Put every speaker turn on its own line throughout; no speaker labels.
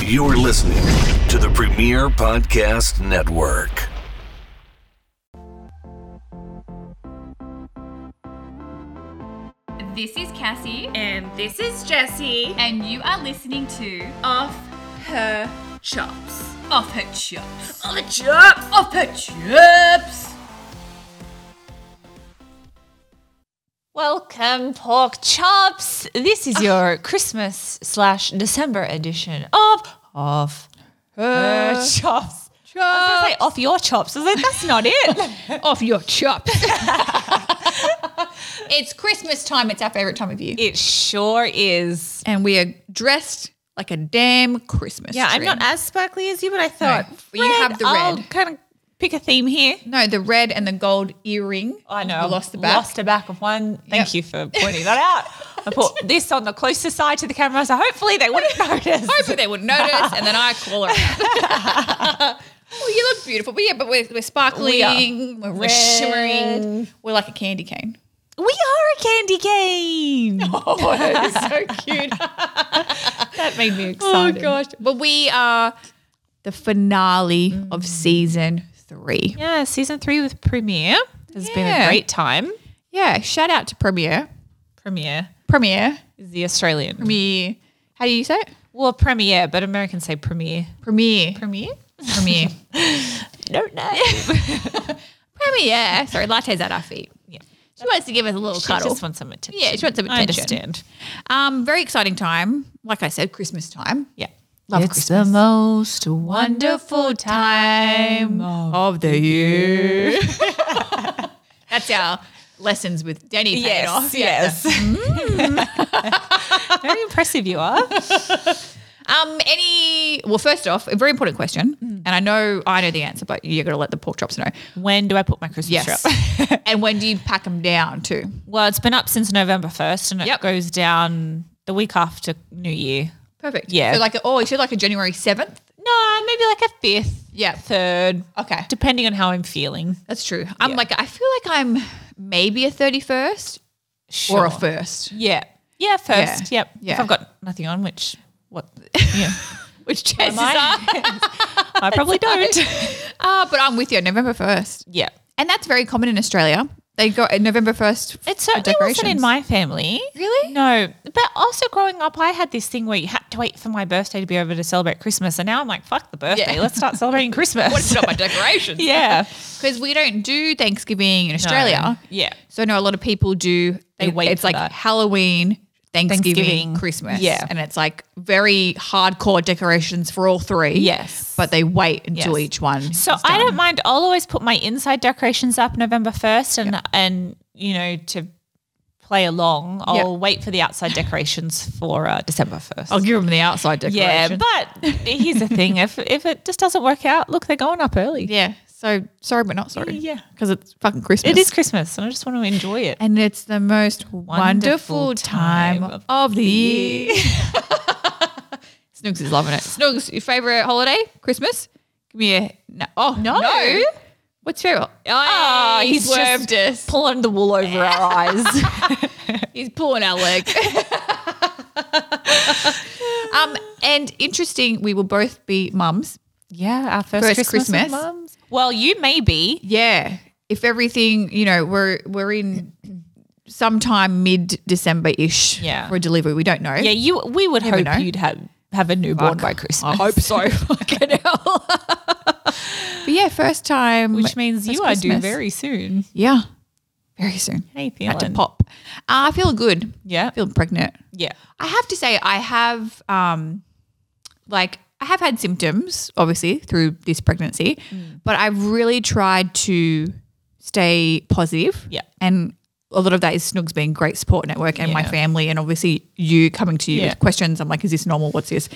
You're listening to the Premier Podcast Network.
This is Cassie,
And this is Jessie
and you are listening to
off her chops.
Off Her Chips.
Off her chops!
Off Her Chips!
Welcome, pork chops. This is your Christmas slash December edition of off
Uh,
her Uh, chops. I was gonna say off your chops. I was like, that's not it.
Off your chops.
It's Christmas time, it's our favourite time of year.
it sure is.
And we are dressed like a damn Christmas
Yeah, I'm
tree.
not as sparkly as you, but I thought
you have the
I'll
red.
kind of pick a theme here.
No, the red and the gold earring.
I know.
We lost the back.
Lost the back of one. Thank you for pointing that out. I put this on the closer side to the camera, so hopefully they wouldn't notice.
Hopefully they wouldn't notice, and then I call her out. well, you look beautiful. But yeah, but we're, we're sparkling, we are we're shimmering. We're like a candy cane.
We are a candy cane.
Oh, that is so cute.
That made me
Oh
excited.
gosh. But we are the finale of season three.
Yeah, season three with Premiere has been
Yeah.
a great time.
Yeah. Shout out to Premiere.
Premiere
Premiere.
is the Australian.
Premiere. How do you say it?
Well, Premiere, but Americans say Premiere.
Premiere.
Premiere?
Premiere.
Don't know.
Premiere. Sorry, lattes at our feet.
Yeah.
She wants to give us a little
she
cuddle.
just wants some attention.
yeah, she wants some attention.
I understand.
Um, very exciting time. Like I said, Christmas time.
Yeah.
Love
it's
Christmas.
the most wonderful time of the year.
That's our lessons with Denny paid off.
Yes, yes. Mm. Very impressive you are.
Um, any well, first off, a very important question,
Mm.
and I know I know the answer, but you're gonna let the pork chops know.
When do I put my Christmas
Yes.
tree up?
and when do you pack them down too?
Well, it's been up since November 1st and
Yep.
it goes down the week after New Year.
Perfect.
Yeah.
So like, oh, you said like a January seventh.
No, maybe like a fifth,
Yeah.
third,
Okay.
depending on how I'm feeling.
That's true. I'm like, I feel like I'm maybe a thirty first or a first,
Yeah. Yeah, first.
Yeah.
Yep.
Yeah.
If I've got nothing on, which what yeah.
which chances are.
I, I probably don't.
Ah, but I'm with you. November first,
Yeah.
and that's very common in Australia. They go uh, November first.
It certainly wasn't in my family.
Really?
No. But also growing up, I had this thing where you had to wait for my birthday to be over to celebrate Christmas. And now I'm like, fuck the birthday.
Yeah.
Let's start celebrating Christmas.
What's up my decorations?
yeah.
because we don't do Thanksgiving in
No.
Australia.
Yeah.
So I know a lot of people do.
They wait
It's
for
like
that.
Halloween, Thanksgiving,
Thanksgiving.
Christmas.
Yeah.
and it's like very hardcore decorations for all three.
Yes.
but they wait until
Yes.
each one.
So
is
I
done.
don't mind. I'll always put my inside decorations up November first, and and you know to play along, I'll
Yeah.
wait for the outside decorations for uh, December first.
I'll give them the outside decoration.
yeah, but here's the thing: if if it just doesn't work out, look, they're going up early.
yeah. So sorry, but not sorry.
Yeah.
because it's fucking Christmas.
It is Christmas, and I just want to enjoy it.
And it's the most wonderful,
Wonderful
time
time
of,
of
the year. Snooks is loving it. Snooks, your favorite holiday? Christmas? Give me a no. Oh no. What's your favorite? Oh,
Ah,
he's,
he's
swerved us.
Pulling the wool over our eyes.
He's pulling our leg. um, and interesting, we will both be mums.
yeah, our first,
First
Christmas, with
Christmas.
mums. Well, you may be.
Yeah. If everything, you know, we're we're in sometime mid December ish
Yeah.
for delivery. We don't know.
Yeah, you. We would
Never
hope
know.
you'd have have a newborn by Christmas.
so. Fucking hell. but yeah, first time.
Which means
That's
you are due
Christmas.
very soon.
Yeah, very soon.
How you
Had to
feeling?
pop. Uh, I feel good.
Yeah.
I feel pregnant.
Yeah.
I have to say, I have, um, like, I have had symptoms, obviously, through this pregnancy,
Mm.
but I've really tried to stay positive.
Yeah.
And a lot of that is Snooks being great support network and my
Yeah.
family, and obviously you coming to you
Yeah.
with questions. I'm like, is this normal? What's this?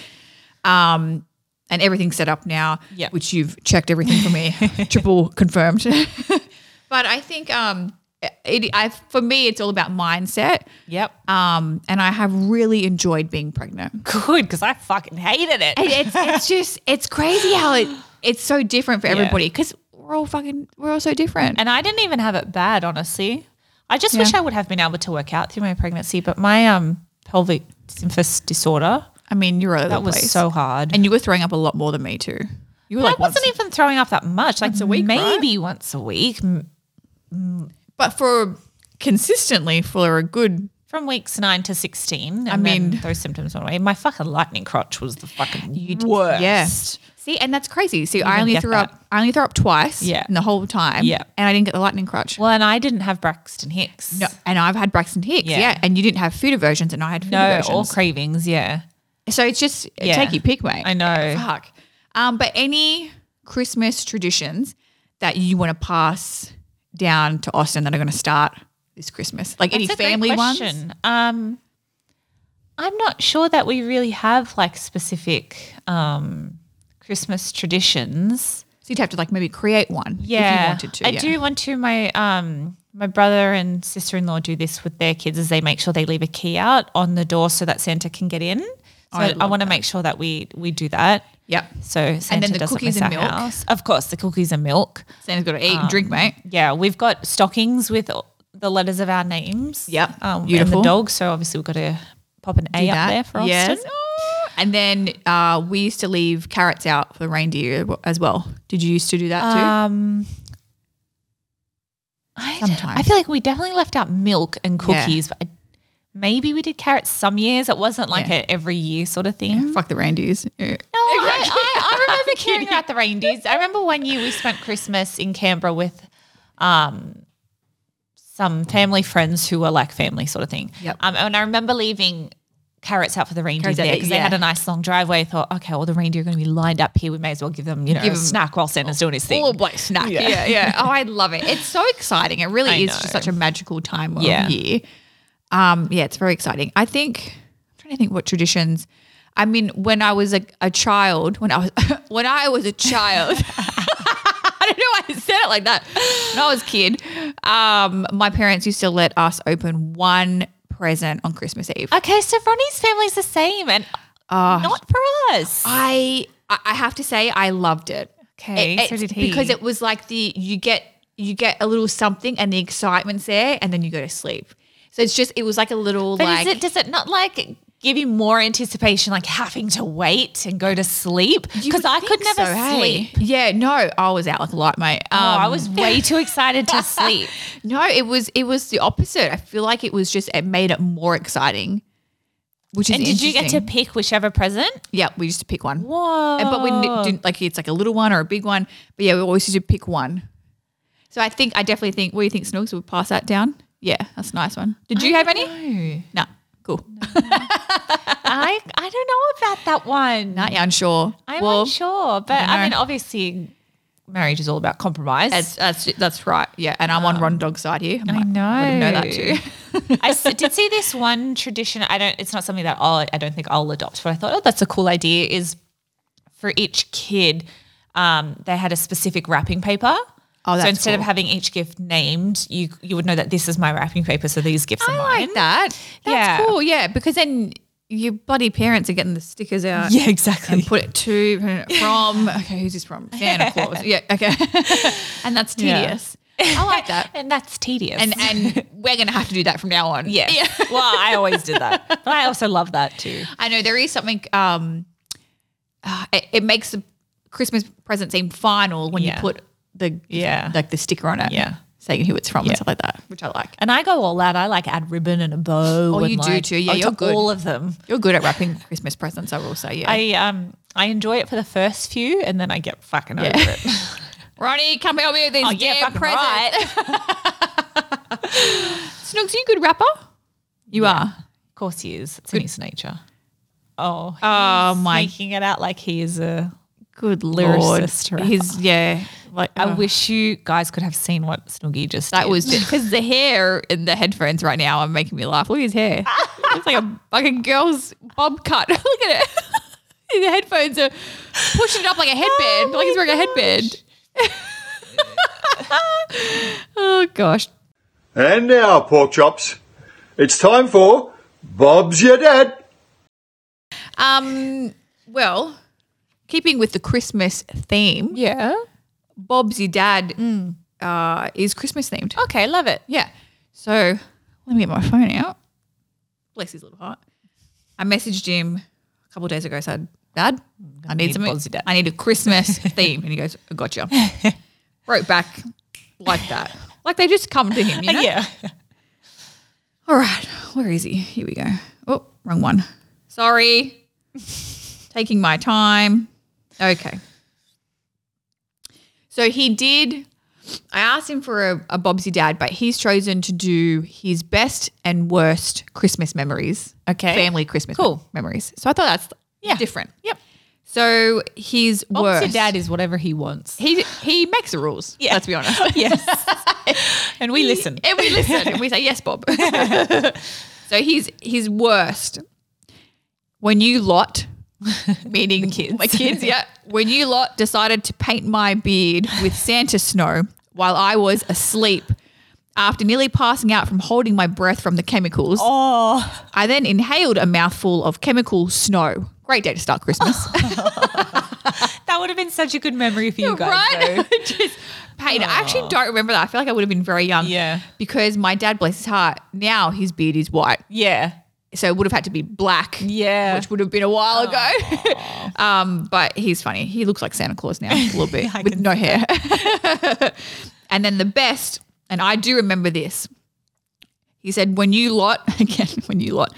Um, and everything's set up now,
Yeah.
which you've checked everything for me, triple confirmed. but I think um, it, I, for me, it's all about mindset.
Yep.
Um, and I have really enjoyed being pregnant.
Good, because I fucking hated it.
And it's it's just it's crazy how it it's so different for everybody because we're all fucking we're all so different.
And I didn't even have it bad, honestly. I just wish
Yeah.
I would have been able to work out through my pregnancy, but my um pelvic symphysis disorder
I mean, you were all over
That
the
was
place.
so hard.
and you were throwing up a lot more than me too. You were like,
I wasn't
once-
even throwing up that much. Like
a week, right?
maybe once a week. M-
but for consistently for a good.
From weeks nine to sixteen, I
mean-
mean those symptoms went away. My fucking lightning crotch was the fucking worst.
Yes. See, and that's crazy. See, I
didn't
only
get
threw
that.
up. I only threw up twice.
Yeah.
In the whole time.
Yeah.
And I didn't get the lightning crutch.
Well, and I didn't have Braxton Hicks.
no, and I've had Braxton Hicks. Yeah.
Yeah.
And you didn't have food aversions, and I had food
no,
aversions.
all cravings. Yeah,
So it's just
Yeah.
take your pick, mate.
I know.
Fuck. Um, but any Christmas traditions that you want to pass down to Austin that are going to start this Christmas, like any
That's a great
family ones?
question. Um, I'm not sure that we really have like specific um, Christmas traditions.
So you'd have to like maybe create one. If you wanted to.
I
yeah.
do want to. My um, my brother and sister in law do this with their kids, is they make sure they leave a key out on the door so that Santa can get in. So
I
I,
love
want to make sure that we we do that.
Yep.
So Santa
the
doesn't
cookies
miss
and
our
milk.
house. Of course, the cookies and milk.
Santa's got to eat
Um,
and drink, mate.
Yeah, we've got stockings with all- the letters of our names.
Yep.
um,
Beautiful.
and the dog. So obviously we've got to pop an A
Do
up
that.
there for
Yes. Oh.
Austin.
And then uh, we used to leave carrots out for the reindeer as well. Did you used to do that too?
Um, I, d-
Sometimes.
I feel like we definitely left out milk and
Yeah.
cookies, but I, maybe we did carrots some years. It wasn't like
Yeah.
a every year sort of thing.
Fuck the reindeers. Yeah.
No, I, I, I remember caring about the reindeers. I remember one year we spent Christmas in Canberra with um, some family friends who were like family sort of thing.
Yep.
Um, and I remember leaving carrots out for the reindeer
Carrots out
there
there,
because they
yeah.
had a nice long driveway. I thought, okay, well, the reindeer are going to be lined up here. We may as well give them, you know,
Give
a
them
snack while Santa's doing his thing.
All like snack. Yeah. yeah, Oh, I love it. It's so exciting. It really
I
is
know.
just such a magical time of
Yeah.
year. Um, yeah, it's very exciting. I think I'm trying to think what traditions. I mean, when I was a, a child, when I was when I was a child, I don't know why I said it like that. When I was a kid, um, my parents used to let us open one present on Christmas Eve.
Okay, so Ronnie's family's the same, and
Ah.
not for us.
I I I have to say I loved it.
Okay,
It-
so
it's
did he.
Because it was like the you get you get a little something and the excitement's there and then you go to sleep. So it's just it was like a little
but
like
is it, does it not like give you more anticipation, like having to wait and go to sleep?
You
Because
would
I could
think
never
so, hey?
sleep.
Yeah, no, I was out like a light, mate. Um,
oh, I was way too excited to sleep.
no, it was it was the opposite. I feel like it was just it made it more exciting. Which is
And did you get to
interesting.
pick whichever present?
Yeah, we used to pick one.
Whoa!
And- Uh, but we
Oh.
n- didn't like it's like a little one or a big one. But yeah, we always used to pick one. So I think I definitely think. What do you think, Snooks? We'll pass that down. Yeah, that's a nice one. Did you have any?
any?
No. Cool.
I I don't know about that one.
Not yeah, unsure.
I'm
well,
unsure, but
don't
I,
know.
mean, obviously, marriage is all about compromise.
That's, that's that's right. Yeah, and I'm on Ron Dog's side here. I'm
Oh. I
like, wouldn't know that too.
know. I s- did see this one tradition. I don't. It's not something that I'll, I don't think I'll adopt, but I thought, oh, that's a cool idea. Is for each kid, um, they had a specific wrapping paper.
Oh,
so
that's
instead
cool.
of having each gift named, you you would know that this is my wrapping paper, so these gifts are
I
mine.
like that. That's
Yeah.
cool. Yeah, because then your bloody parents are getting the stickers out.
Yeah, exactly.
And put it to put it from okay, who's this from? Santa Claus. Yeah, okay. and that's
Yeah.
tedious. I like that.
and that's tedious.
and and we're gonna have to do that from now on.
yes.
Yeah.
well, I always did that, but I also love that too.
I know there is something. Um, uh, it, it makes the Christmas present seem final when
Yeah.
you put the
Yeah.
like the sticker on it,
Yeah.
saying who it's from and stuff like that, which I like.
And I go all out. I like add ribbon and a bow.
Oh,
and
you do
like-
too. Yeah,
I
you're
took
good.
all of them.
You're good at wrapping Christmas presents, I will say. Yeah,
I um I enjoy it for the first few, and then I get fucking over it.
Ronnie, come help me with these
Oh, yeah,
damn
fucking
presents.
right.
Snooks, you a good rapper? You are.
Of course he is. It's in his nature. Oh, he's
Oh, my-
making it out like he is a.
Good
Lyricist
lord.
rapper.
He's yeah. Like
I wish you guys could have seen what Snoogie just.
That
did.
was because the hair in the headphones right now are making me laugh. Look at his hair. It's like a like a girl's bob cut. Look at it. the headphones are pushing it up like a headband, like he's wearing a headband. oh gosh.
And now, pork chops, it's time for Bob's Your Dad.
Um well, keeping with the Christmas theme,
yeah.
Bob's your dad uh, is Christmas themed.
Mm. Okay, love it.
Yeah. So let me get my phone out. Bless his little heart. I messaged him. I couple of days ago said, Dad, I need,
need
something.
Aussie Dad."
I need a Christmas theme. And he goes, Gotcha. Wrote back like that. Like they just come to him, you know?
Yeah.
All right, where is he? Here we go. Oh, wrong one. Sorry. Taking my time. Okay. So he did. I asked him for a, a Bobsy Dad, but he's chosen to do his best and worst Christmas memories.
Okay.
Family Christmas
Cool.
mem- memories. So I thought that's
Yeah.
different.
Yep.
So his
Bob's
worst.
your dad is whatever he wants.
he, he makes the rules.
Yeah.
Let's be honest.
yes. and we listen.
And we listen and we say, yes, Bob. so he's he's worst. When you lot, meaning kids. my kids, yeah. When you lot decided to paint my beard with Santa snow while I was asleep after nearly passing out from holding my breath from the chemicals.
Oh,
I then inhaled a mouthful of chemical snow. Great day to start Christmas.
that would have been such a good memory for Oh, you guys. though.
right? Just pain. I actually don't remember that. I feel like I would have been very young.
Yeah.
Because my dad, bless his heart, now his beard is white.
Yeah.
so it would have had to be black,
Yeah.
which would have been a while ago. um, but he's funny. He looks like Santa Claus now a little bit
I
with
can
no hair. and then the best, and I do remember this. He said, "When you lot again, when you lot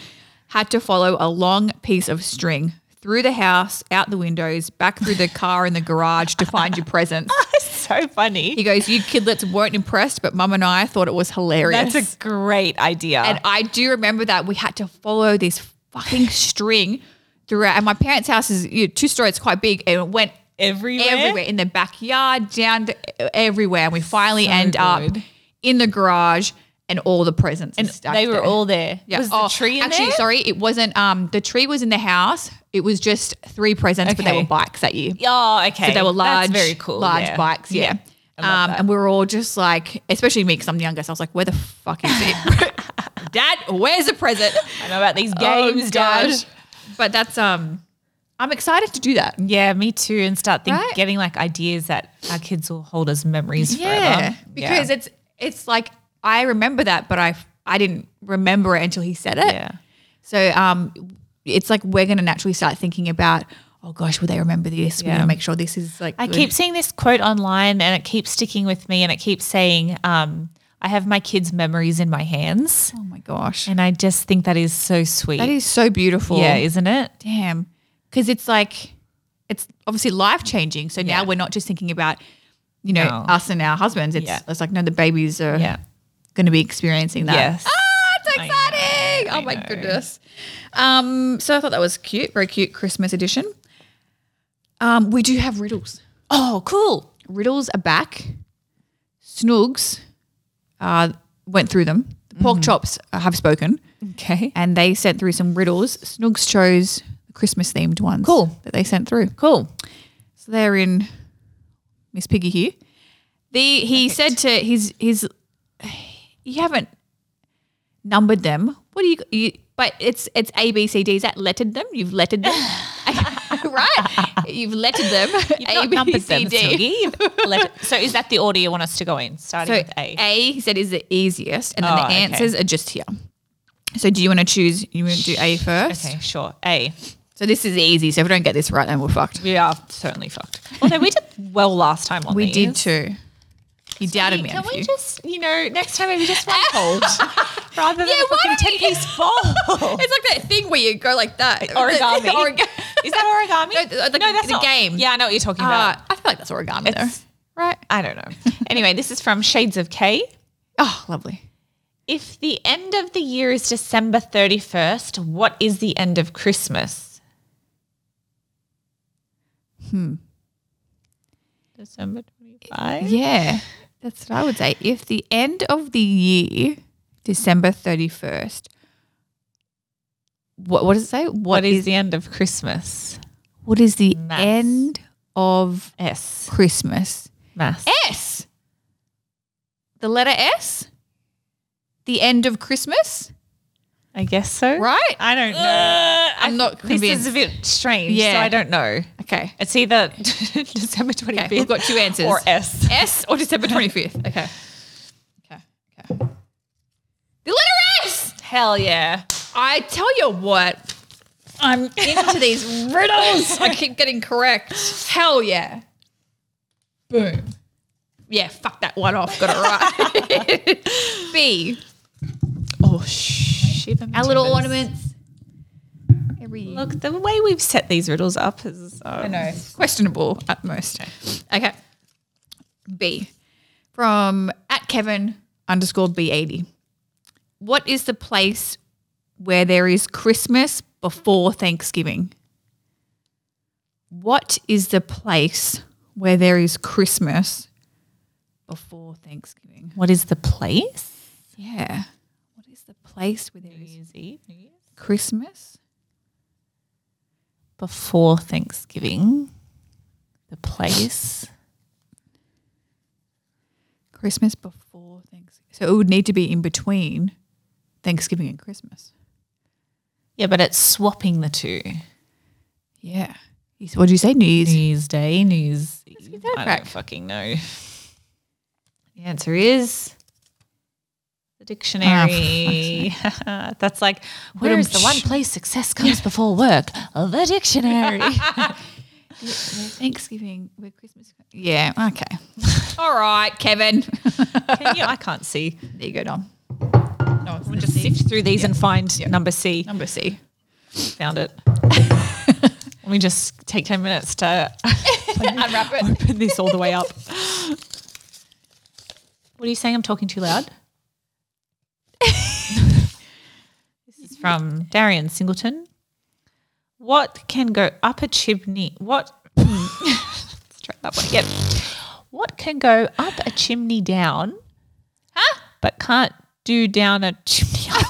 had to follow a long piece of string." Through the house, out the windows, back through the car in the garage to find your presents.
so funny.
He goes, You kidlets weren't impressed, but mum and I thought it was hilarious.
That's a great idea.
And I do remember that we had to follow this fucking string throughout. And my parents' house is you know, two stories, it's quite big, and it went
everywhere.
everywhere in the backyard, down to everywhere. And we finally
So
end up
good.
in the garage, and all the presents and
They were all there.
Yeah.
Was the
Oh,
tree in
actually,
there?
sorry, it wasn't. Um, the tree was in the house. It was just three presents, but they
Okay.
were bikes that year.
Oh, okay.
So they were large,
That's very cool.
large
yeah.
bikes. Yeah. Um, and we were all just like, especially me, because I'm the youngest. I was like, where the fuck is it? Dad, where's the present?
I know about these games,
Oh,
Dad.
gosh. But that's um, I'm excited to do that.
Yeah, me too. And start think,
Right?
getting like ideas that our kids will hold as memories forever.
because it's it's like I remember that, but I I didn't remember it until he said it.
yeah.
So um, it's like we're gonna naturally start thinking about, oh gosh, will they remember this? We're
Yeah.
gonna make sure this is like.
I
good."
keep seeing this quote online and it keeps sticking with me and it keeps saying, um, I have my kids' memories in my hands.
Oh my gosh,
And I just think that is so sweet.
that is so beautiful.
yeah, isn't it?
Damn. Because it's like, it's obviously life changing. So now
Yeah.
we're not just thinking about, you know,
No.
us and our husbands. It's,
Yeah.
it's like, no, the babies are
Yeah.
going to be experiencing that.
Yes.
Ah, it's
I
exciting.
know,
oh
I
my
know.
goodness. Um, so I thought that was cute. Very cute Christmas edition. Um, we do have riddles.
Oh, cool.
Riddles are back. Snoogs uh, went through them. The pork chops have spoken
Mm-hmm. Okay.
and they sent through some riddles. Snoogs chose the Christmas themed ones.
Cool.
That they sent through.
Cool.
So they're in Miss Piggy here. The he said to his his you haven't numbered them. What do you, you but it's it's A B C D. Is that lettered them? You've lettered them. right? You've lettered them.
You've not numbered them, Snoogie. You've let- so is that the order you want us to go in? Starting
So
with A.
A, he said, is the easiest, and then
Oh,
the
okay.
answers are just here. So do you want to choose? You want to do A first?
Okay, sure. A.
So this is easy. So if we don't get this right, then we're fucked.
We are certainly fucked. Although we did well last time on
We
these.
did too. You doubted me.
Can
Anthea.
we just, you know, next time maybe just one fold rather than a fucking ten piece fold?
it's like that thing where you go like that.
origami.
The origami.
Is that origami?
No, th- like the game.
Yeah, I know what you're talking
Uh,
about.
I feel like that's origami
It's-
though, right?
I don't know. anyway, this is from Shades of K.
Oh, lovely.
If the end of the year is December 31st, what is the end of Christmas? Hmm. December 25?
Yeah, that's what I would say. If the end of the year, December thirty first. What, what does it say?
What is the end of Christmas?
what is the
Mass.
end of
S.
Christmas?
Mass.
S. The letter S. The end of Christmas,
I guess so.
right?
I don't know.
I'm not
Uh, This
convinced.
is a bit strange, so
Yeah.
I don't know.
okay.
It's either December 25th
Okay, we've got two answers.
or S.
S or December 25th. Okay. Okay. Okay. The letter S.
Hell yeah.
I tell you what, I'm into these riddles. I keep getting correct. Hell yeah. Boom. Yeah, fuck that one off. Got it right. B.
Oh, shit.
Our little ornaments. Every year.
Look, the way we've set these riddles up is. Uh,
I know. Questionable at most. Okay. B. From at Kevin underscore B80. What is the place where there is Christmas before Thanksgiving? What is the place where there is Christmas before Thanksgiving?
What is the place?
Yeah. What is the place where there is Christmas?
Before Thanksgiving. The place.
Christmas before Thanksgiving. So it would need to be in between Thanksgiving and Christmas.
yeah, but it's swapping the two.
Yeah. You s- What did you say? New Year's?
New Year's Day, New Year's Eve.
that
I
crack.
don't fucking know. The answer is the dictionary. That's like, where is the one place success comes before work? The dictionary.
Thanksgiving, where Christmas. Yeah. Okay. All right, Kevin.
Can you? I can't see.
there you go, Dom. No,
We'll just sift through these and find number C.
number C.
Found it. Let me just take 10 minutes to
Unwrap it.
open this all the way up. What are you saying? I'm talking too loud? this is from Darian Singleton. What can go up a chimney? What? Let's try that one again. What can go up a chimney down? Huh? But can't do down a chimney up.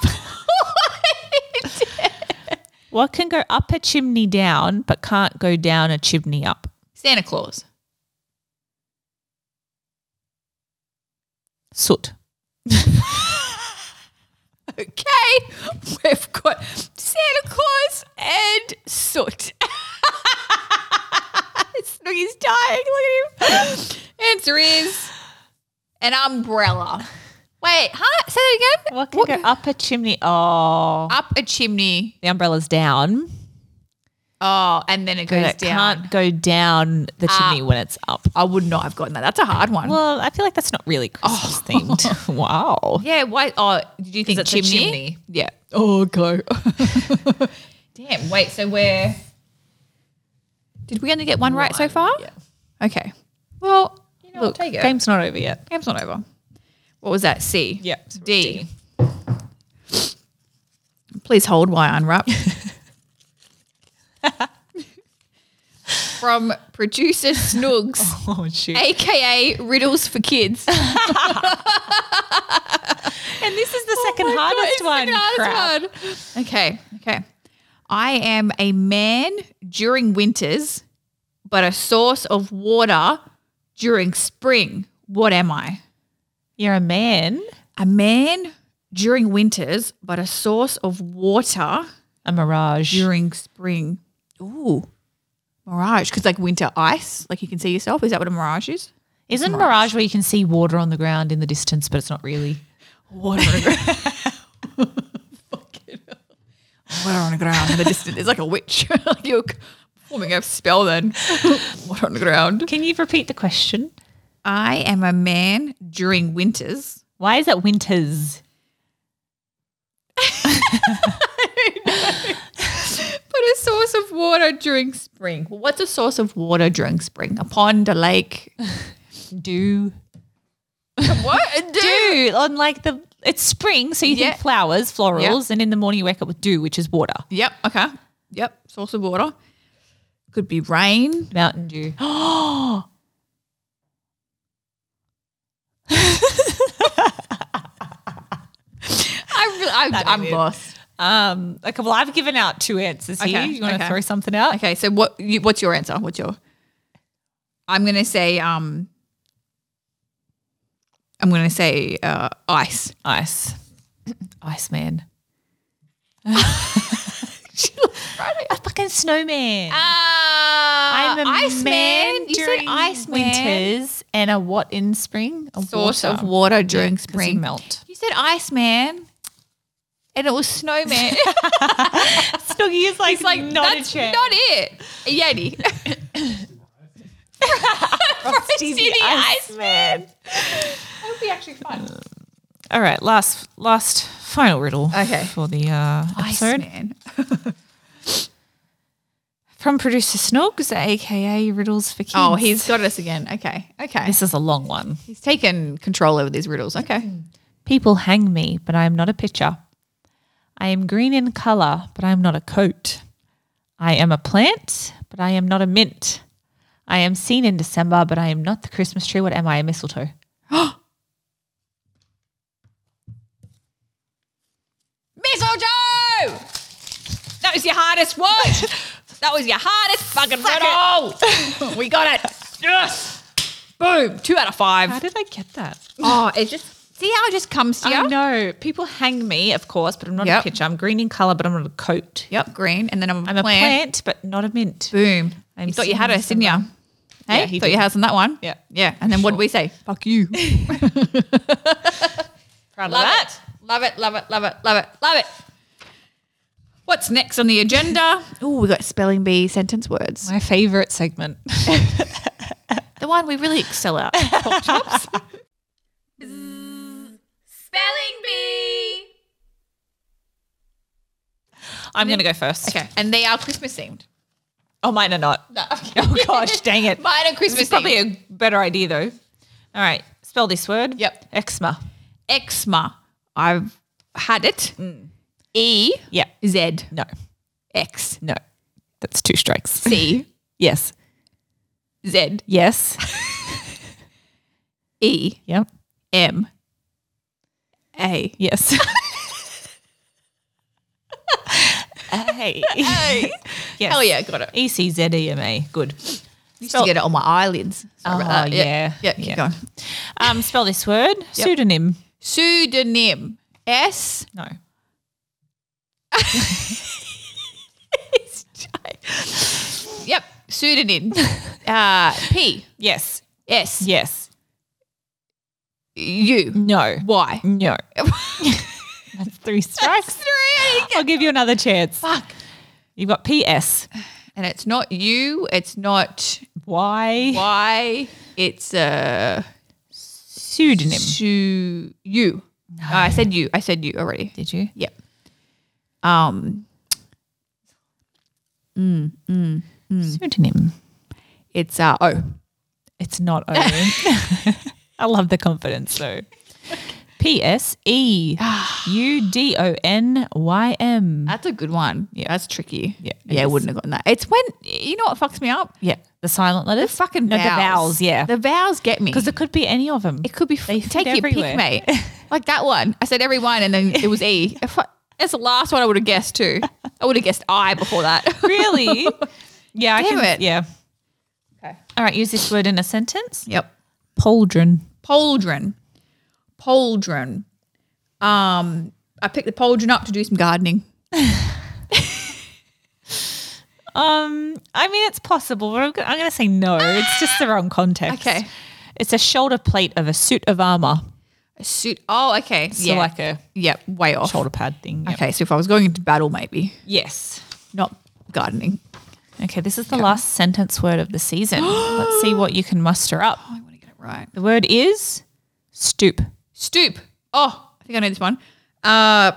what can go up a chimney down, but can't go down a chimney up?
Santa Claus.
Soot.
Okay. We've got Santa Claus and soot. Snooky's dying. Look at him. Answer is an umbrella. Wait, huh? Say that again.
What can go up a chimney? Oh,
Up a chimney.
the umbrella's down,
Oh, and then it
but
goes
it
down.
can't go down the chimney when it's up.
I would not have gotten that. That's a hard one.
Well, I feel like that's not really Christmas themed. wow.
yeah, why? Oh, did you think
it's a
chimney?
chimney.
Yeah. Oh, go. Damn. Wait. So where? Did we only get one right so far? Yeah. Okay. Well, you know,
Look,
take it.
game's not over yet.
game's not over. What was that? C.
Yeah,
D. Please hold while I unwrap. From producer Snoogs.
Oh shoot!
aka riddles for kids.
and this is the Oh second hardest one. Crap.
Okay, okay. I am a man during winters, but a source of water during spring. What am I?
You're a man.
A man during winters, but a source of water
A mirage.
during spring. Ooh. Mirage, because like winter ice, like you can see yourself. Is that what a mirage is?
Isn't mirage where you can see water on the ground in the distance, but it's not really?
water on the ground. Water on the ground in the distance. It's like a witch. like you're performing a spell then. water on the ground.
Can you repeat the question?
I am a man during winters.
Why is it winters?
But a source of water during spring. Well, what's a source of water during spring? A pond, a lake?
Do
What? A dew.
dew on like the it's spring, so you
Yeah.
think flowers, florals, and in the morning you wake up with dew, which is water.
Yep. Okay. Yep. Source of water. Could be rain.
Mountain dew.
I really, I, I'm lost.
um, okay, well, I've given out two answers here.
Okay,
You want to
okay.
throw something out?
Okay. So what? You, what's your answer? What's your? I'm gonna say. Um. I'm gonna say uh, ice.
Ice. Iceman. a fucking snowman. I'm a man
Uh, You said
during
ice man.
winters and a what in spring? A
Source of water during
Spring
spring.
melt.
You said ice man. and it was snowman.
Snoogie is like,
It's like
not
that's
a chance.
not it. A Yeti.
Frosty the
the
Iceman. That would be actually fun. All right, last, last, final riddle.
Okay.
For the uh, episode
Iceman.
from producer Snoogs, aka Riddles for Kids.
Oh, he's got us again. Okay. Okay.
This is a long one.
He's taken control over these riddles. Okay.
People hang me, but I am not a picture. I am green in colour, but I am not a coat. I am a plant, but I am not a mint. I am seen in December, but I am not the Christmas tree. What am I? A mistletoe.
Mistletoe! That was your hardest word. that was your hardest fucking riddle. we got it. Yes. Boom. Two out of
How
five.
did I get that?
Oh, it just see how it just comes to
I
you.
know. People hang me, of course, but I'm not
Yep.
a picture. I'm green in colour, but I'm not a coat.
Yep, green, and then I'm,
I'm a plant, but not a mint.
Boom.
I'm
you thought you
sitting
had
in
us, didn't you? Hey,
Yeah, he
thought
did.
you had us on that one.
Yeah.
yeah. And then what did we say? Fuck you.
Proud of
Love
that.
it. Love it. Love it. Love it. Love it. Love it. What's next on the agenda? oh, we got spelling bee sentence words.
My favourite segment.
The one we really excel at. Pork chops.
Spelling bee.
I'm going to go first.
Okay. And they are Christmas themed.
Oh, mine are not. Oh, gosh, dang it.
Mine are
This is
Christmas
probably
themed.
a better idea, though. All right, spell this word.
Yep.
Eczema.
Eczema. I've had it. E
Yeah.
Z
No,
X
no. That's two strikes.
C
Yes.
Z
Yes.
E
Yep.
M A.
Yes. Uh, hey. Yes.
Hell yeah, got it.
E C Z E M A. Good.
Used to get it on my eyelids. Sorry about
Oh,
that.
yeah.
Ah, Yeah, keep
Yeah.
going.
Um, spell this word. Pseudonym.
Pseudonym. S
No.
Yep. Pseudonym. Uh, P.
Yes.
S.
Yes.
U.
No.
Y.
No. That's three strikes. I'll give you another chance.
Fuck.
You've got P S
And it's not U. It's not
Y
Y. It's uh,
pseudonym.
su- U. No. I said U. I said U already.
Did you?
Yep. Um,
Hmm. Pseudonym.
it's uh, O.
It's not O. I love the confidence though. P S E U D O N Y M.
That's a good one. Yeah, that's tricky.
Yeah, it
yeah, I
is.
wouldn't have gotten that. It's when you know what fucks me up.
Yeah, the silent letters.
Fucking
no,
vowels.
the vowels. Yeah,
the vowels get me
because it could be any of them.
It could be f-
They fit
take your pick,
everywhere.
mate. like that one. I said every one, and then it was E. If I, that's the last one I would have guessed too. I would have guessed I before that.
really? Yeah, I
Damn
can.
it.
Yeah.
Okay.
All right. Use this word in a sentence.
yep.
Pauldron.
Pauldron. Pauldron. Um, I picked the pauldron up to do some gardening.
Um, I mean, it's possible, but I'm going I'm to say no. It's just the wrong context.
Okay.
It's a shoulder plate of a suit of armor.
A suit. Oh, okay.
So like a
yep. Way off.
shoulder pad thing. yeah.
Okay. So if I was going into battle, maybe
Yes.
not gardening.
Okay, this is the last sentence word of the season. Let's see what you can muster up.
I want to get it right.
The word is stoop.
Stoop. Oh, I think I know this one. Uh,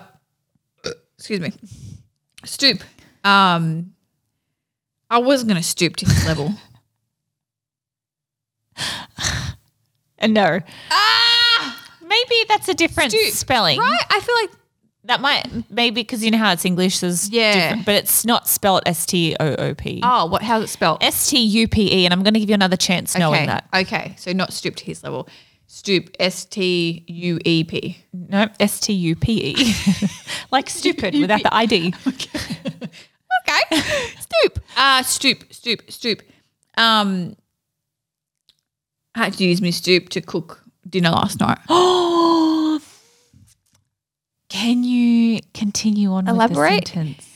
excuse me. Stoop. Um, I wasn't going to stoop to his level.
And no. Ah! Maybe that's a different
Stoop,
spelling.
right? I feel like
That might, maybe because you know how it's English is
Yeah.
different, but it's not spelled S T O O P.
oh, what? How's it spelled?
S T U P E, and I'm going to give you another chance knowing
okay.
that.
Okay, so not stoop to his level. Stoop. S T U E P.
No, S T U P E. Like stupid without the ID.
Okay. stoop. Uh stoop. Stoop. Stoop. Um, I had to use my stoop to cook dinner last night.
Oh. Can you continue on
Elaborate?
with the sentence?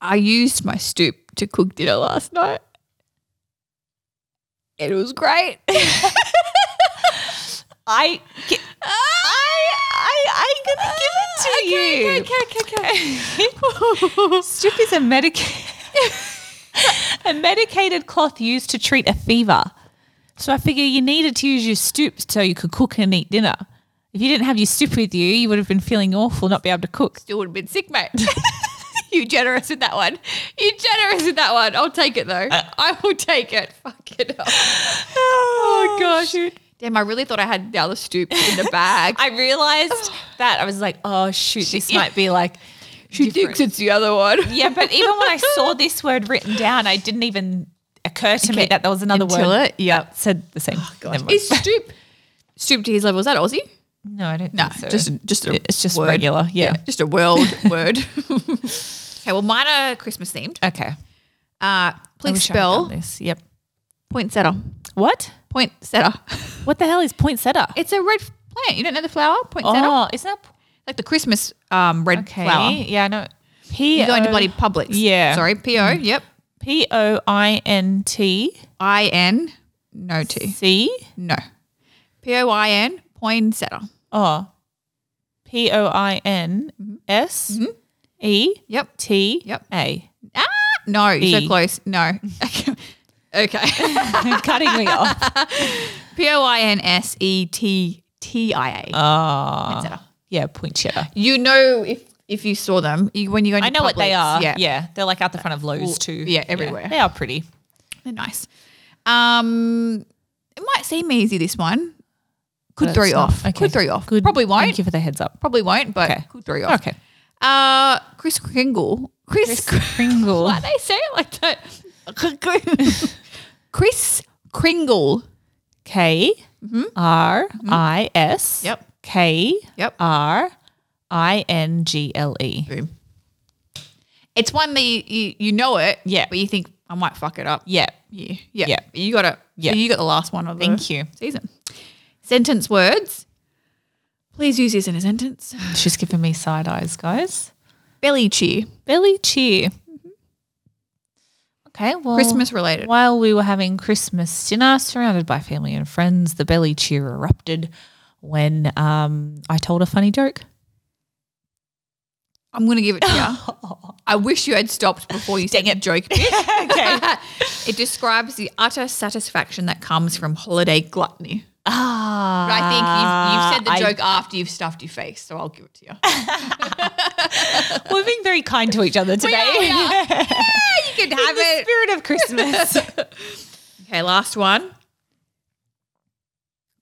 I used my stoop to cook dinner last night. It was great.
I, I, I, I'm gonna give it to you. Uh, Okay, okay, okay. Strip is a medica- a medicated cloth used to treat a fever. So I figure you needed to use your stoop so you could cook and eat dinner. If you didn't have your stoop with you, you would have been feeling awful, not be able to cook.
Still would have been sick, mate. you generous with that one. You generous with that one. I'll take it though. I will take it. Fuck it up.
Oh gosh.
Damn, I really thought I had the other stoop in the bag.
I realized that I was like, oh shoot, this might be like
she thinks it's the other one.
Yeah, but even when I saw this word written down, I didn't even occur to me that there was another
Until
word.
it- yeah. Oh,
that said the same. Never mind.
Is stoop stoop to his level? Is that Aussie?
no, I don't think so.
just a
it's just regular. Yeah.
just a world word. okay, well, mine are Christmas themed.
Okay.
Uh,
I
please
wish I had
spell
done this. Yep.
poinsettia.
What?
Poinsettia.
What the hell is poinsettia?
It's a red plant. You don't know the flower poinsettia,
oh, is that
like the Christmas um, red
okay?
flower.
Yeah, I know. P
You go into bloody
O
Publix.
Yeah.
Sorry, P O. Yep.
P O I N T
I N. No T.
C.
No. P O I N. Poinsettia.
Oh. P O I N S E
Yep.
T
Mm-hmm. Yep.
A.
Ah! No. You're
E.
so close. No. okay.
Cutting me off.
P O I N S E T T I A.
Oh.
Poinsettia.
Yeah, poinsettia.
You know if if you saw them you, when you go. Into
I know what they
Publix,
are.
Yeah,
Yeah. They're like out the front of Lowe's too.
yeah, everywhere.
They are pretty.
they're nice. Um, it might seem easy this one. Could
But
throw
it's
you
not-
off.
okay.
Could throw you off. Probably won't.
Thank you for the heads up.
Probably won't, but
Okay.
could throw you off.
Okay.
Uh, Chris Kringle. Chris.
Kringle.
Why they say it like that? Chris Kringle.
K
Mm-hmm.
R I S
Yep.
K
Yep.
R I N G L E.
Boom. It's one that you, you, you know it.
Yeah.
But you think I might fuck it up.
Yeah.
Yeah. Yeah.
Yeah.
You got it.
Yeah.
You got the last one of the
Thank you.
season. Sentence words. Please use this in a sentence.
She's giving me side eyes, guys.
Belly cheer.
Belly cheer. Okay, well,
Mm-hmm. Christmas related.
While we were having Christmas dinner, surrounded by family and friends, the belly cheer erupted when um, I told a funny joke.
I'm going to give it to you. I wish you had stopped before you said it. joke. okay. it describes the utter satisfaction that comes from holiday gluttony.
Ah,
But I think you've, you've said the
I-
joke after you've stuffed your face, so I'll give it to you.
We're being very kind to each other today.
we are. Ah, you can have
the
it.
spirit of Christmas.
Okay, last one.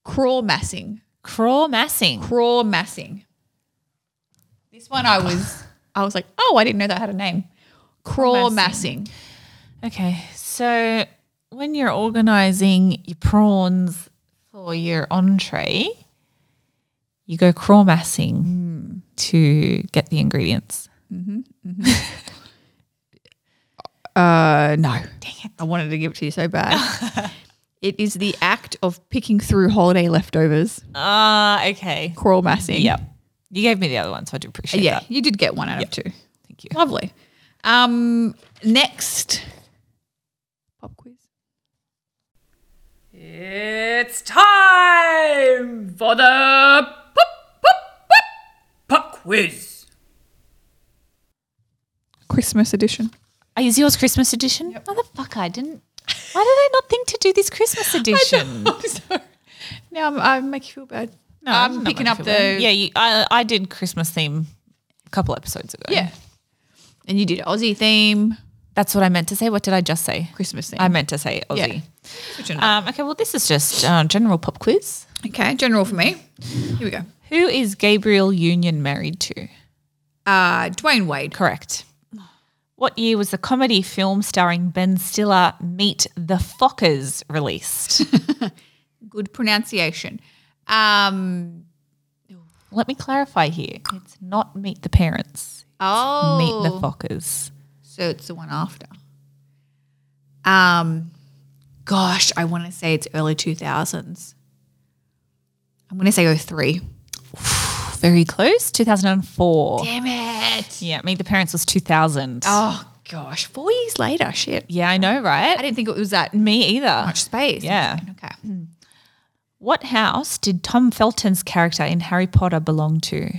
Crawl massing.
Crawl massing.
Crawl massing. This one I was I was like, oh, I didn't know that had a name. Crawl massing.
Okay, so when you're organizing your prawns for your entree, you go crawl massing to get the ingredients.
Uh, no. Dang it. I wanted to give it to you so bad. it is the act of picking through holiday leftovers.
Ah, okay.
Crawl massing.
Yep. You gave me the other one, so I do appreciate
Yeah,
that.
you did get one out of two.
Thank you.
Lovely. Um, next pop quiz.
It's time for the pop, pop, pop, pop quiz.
Christmas edition.
Oh, is yours Christmas edition? Motherfucker, I didn't. Why did I not think to do this Christmas edition?
I'm sorry. Now I'm, I make you feel bad.
No,
I'm
not
Um, picking
my
up
feeling.
the
Yeah, you, I, I did Christmas theme a couple episodes ago.
yeah. And you did Aussie theme,
That's what I meant to say. What did I just say?
Christmas theme.
I meant to say
Yeah.
Aussie.
Switching it up.
Um, okay, well, this is just uh, general pop quiz.
uh, okay, general for me. Here we go.
Who is Gabriel Union married to?
Uh, Dwayne Wade.
Correct. What year was the comedy film starring Ben Stiller, Meet the Fockers, released?
Good pronunciation. Um,
Let me clarify here. It's not Meet the Parents,
oh,
Meet the Fockers.
so it's the one after. Um, gosh, I want to say it's early two thousands. I'm going to say 03.
Very close, 2004.
Damn it!
Yeah, Meet the Parents was 2000.
Oh gosh, four years later. Shit,
Yeah, I know, right?
I didn't think it was that
Me either.
much space.
Yeah.
Okay.
What house did Tom Felton's character in Harry Potter belong to?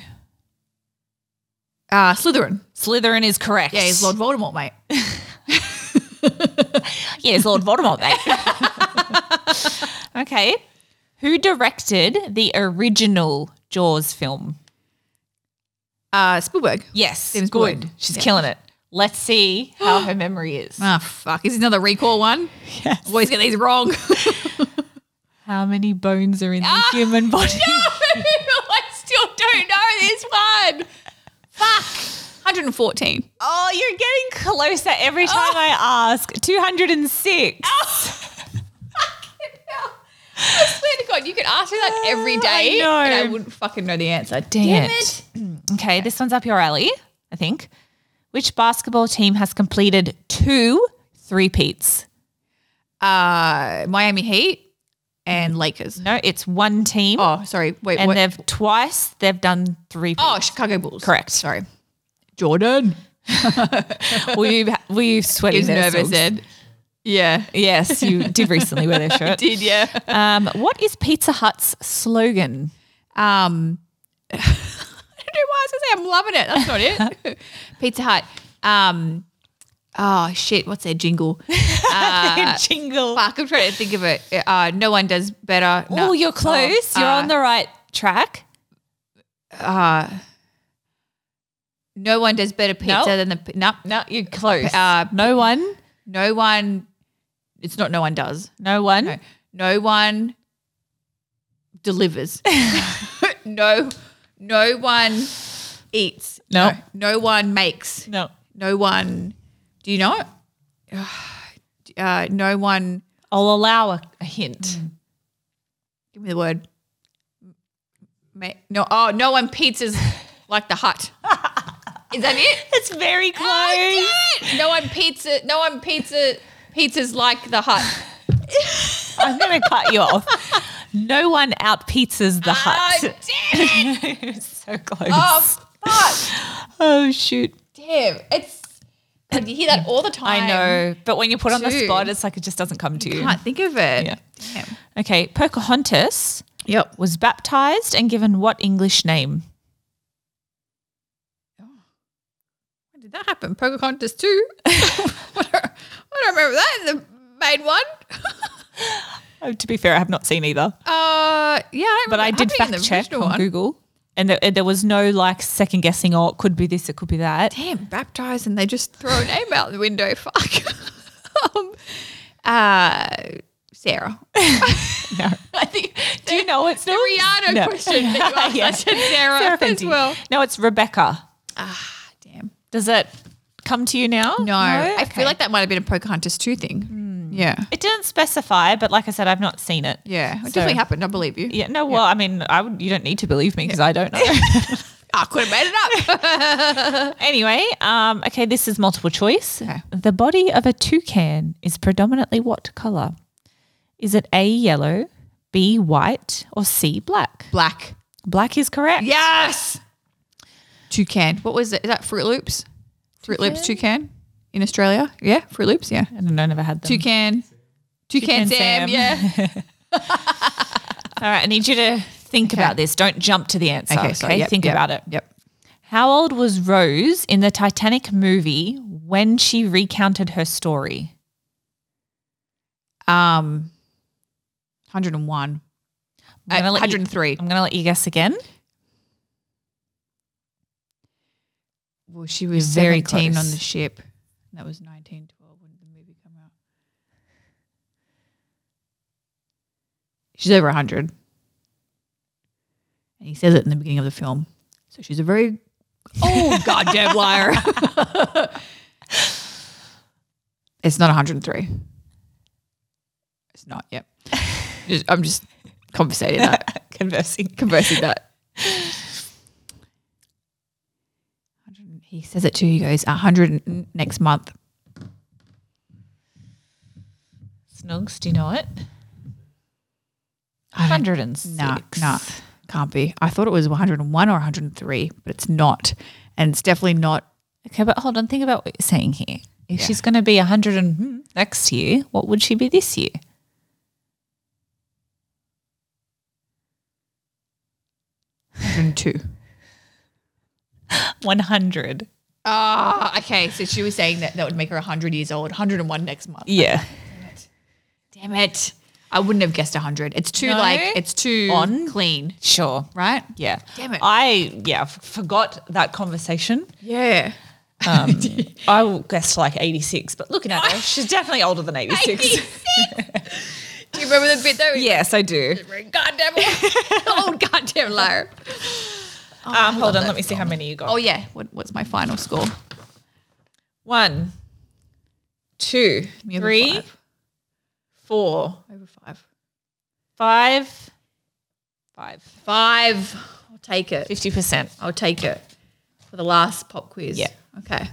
Uh, Slytherin.
Slytherin is correct.
Yeah, he's Lord Voldemort, mate.
Yeah, it's Lord Voldemort, mate. okay. Who directed the original Jaws film?
Uh, Spielberg.
Yes.
Seems
good.
good.
She's
Yeah.
killing it. Let's see how her memory is.
Ah, fuck. Is this another recall one? Yes. Always get these wrong.
How many bones are in the human body?
I still don't know this one. Fuck. 114.
Oh, you're getting closer every time I ask. 206.
I swear to Oh, God, you could ask me that every
Ah, I
day
know.
and I wouldn't fucking know the answer. Damn,
Damn
it.
Okay, this one's up your alley, I think. Which basketball team has completed two three-peats?
Uh, Miami Heat and Lakers.
No, it's one team.
Oh, sorry. Wait,
and
what?
they've twice they've done three.
Oh, Chicago Bulls.
Correct.
Sorry. Jordan.
were you were you sweating?
He's nervous, Ed. Yeah.
Yes, you did recently wear their shirt.
Did yeah.
Um, what is Pizza Hut's slogan?
Um, I don't know why I was gonna say I'm loving it. That's not it. Pizza Hut. Um, oh shit, what's their jingle?
jingle.
Fuck, I'm trying to think of it. Uh, no one does better.
Oh,
No. uh,
you're close. you're on the right track.
no one does better pizza
Nope.
than the pi- no
No, you're close.
Uh,
no one.
no one. It's not. No one does.
No one.
No, no one delivers. no, no one eats.
No.
no, no one makes.
No.
No one. Do you know it? Uh, no one. Mm.
I'll allow a, a hint.
Give me the word. Ma- No. Oh, no one pizzas like the hut. Is that it?
It's very
Oh,
close.
No one pizza. No one pizza. Pizzas like the hut.
I'm going to cut you off. No one out pizzas the
Oh,
hut.
damn it!
so close.
Oh, fuck!
oh shoot.
Damn, it's. God, you hear that all the time.
I know, but when you put on the
Two.
spot, it's like it just doesn't come to you.
Can't think of it.
Yeah.
Damn.
Okay, Pocahontas
Yep.
was baptized and given what English name?
When did that happen? Poker contest two. I, don't, I don't remember that. in The main one.
Oh, to be fair, I have not seen either,
Uh, yeah, I don't
but
remember
I
it
did
happening in the
fact check on
original one.
Google, and there, there was no like second guessing. Oh, it could be this, it could be that.
Damn, baptized and they just throw a name out the window. Fuck. um, uh, Sarah.
No.
I think.
Do you know it's
the Rihanna
No.
question that you asked? I
Yeah.
said Sarah,
Sarah
as
Fenty.
well. Ah,
No, it's Rebecca.
Damn.
Does it come to you now?
No, Hmm. I
Okay.
feel like that might have been a Pocahontas 2 thing. Yeah.
it didn't specify, but like I said, I've not seen it.
Yeah. It
So-
definitely happened. I believe you.
Yeah, no. Well, I mean, I would, you don't need to believe me because I don't know.
I could have made it up.
Anyway, um, okay, this is multiple choice.
Okay.
The body of a toucan is predominantly what color? Is it A, yellow, B, white, or C, black?
Black.
Black is correct.
Yes. Toucan. What was it? Is that Fruit Loops? Fruit Loops toucan in Australia? Yeah. Fruit Loops. Yeah.
I don't know, I never had them.
Toucan. Toucan,
Toucan Sam.
Sam. Yeah.
All right, I need you to think about this. Don't jump to the answer. Okay,
sorry. Yep,
think
yep,
about it.
Yep.
How old was Rose in the Titanic movie when she recounted her story?
Um, 101.
I'm gonna
Uh,
let you-
103.
I'm going to let you guess again.
Well, she was
You're very
17 on
close.
the ship. That was 1912 when the movie came out. She's over 100. And he says it in the beginning of the film. So she's a very old goddamn liar. it's not 103. It's not, yep. Just- I'm just conversating that.
Conversing.
conversing that. He says it too. He goes, 100 n- next month.
Snugs, do you know it?
don't-
106.
No, no, can't be. I thought it was 101 or 103, but it's not. And it's definitely not.
Okay, but hold on. Think about what you're saying here. If she's going to be 100 and hmm, next year, what would she be this year?
Hundred and two.
100.
Ah, okay. So she was saying that that would make her 100 years old, 101 next month.
Yeah.
Damn it. I wouldn't have guessed 100. It's too,
No?
like, it's too
On?
clean,
Sure.
right?
Yeah.
Damn it.
I, yeah, f- forgot that conversation.
Yeah.
I will guess like 86, but looking at her, she's definitely older than 86.
Do you remember the bit though?
yes, I do.
Goddamn. oh, goddamn liar.
Um, hold on, let me see how many you got.
Oh, yeah. What, what's my final score?
One, two,
Me over
three,
five.
four,
Over five.
five, five.
Five. I'll take it.
50%.
I'll take it for the last pop quiz.
Yeah.
Okay.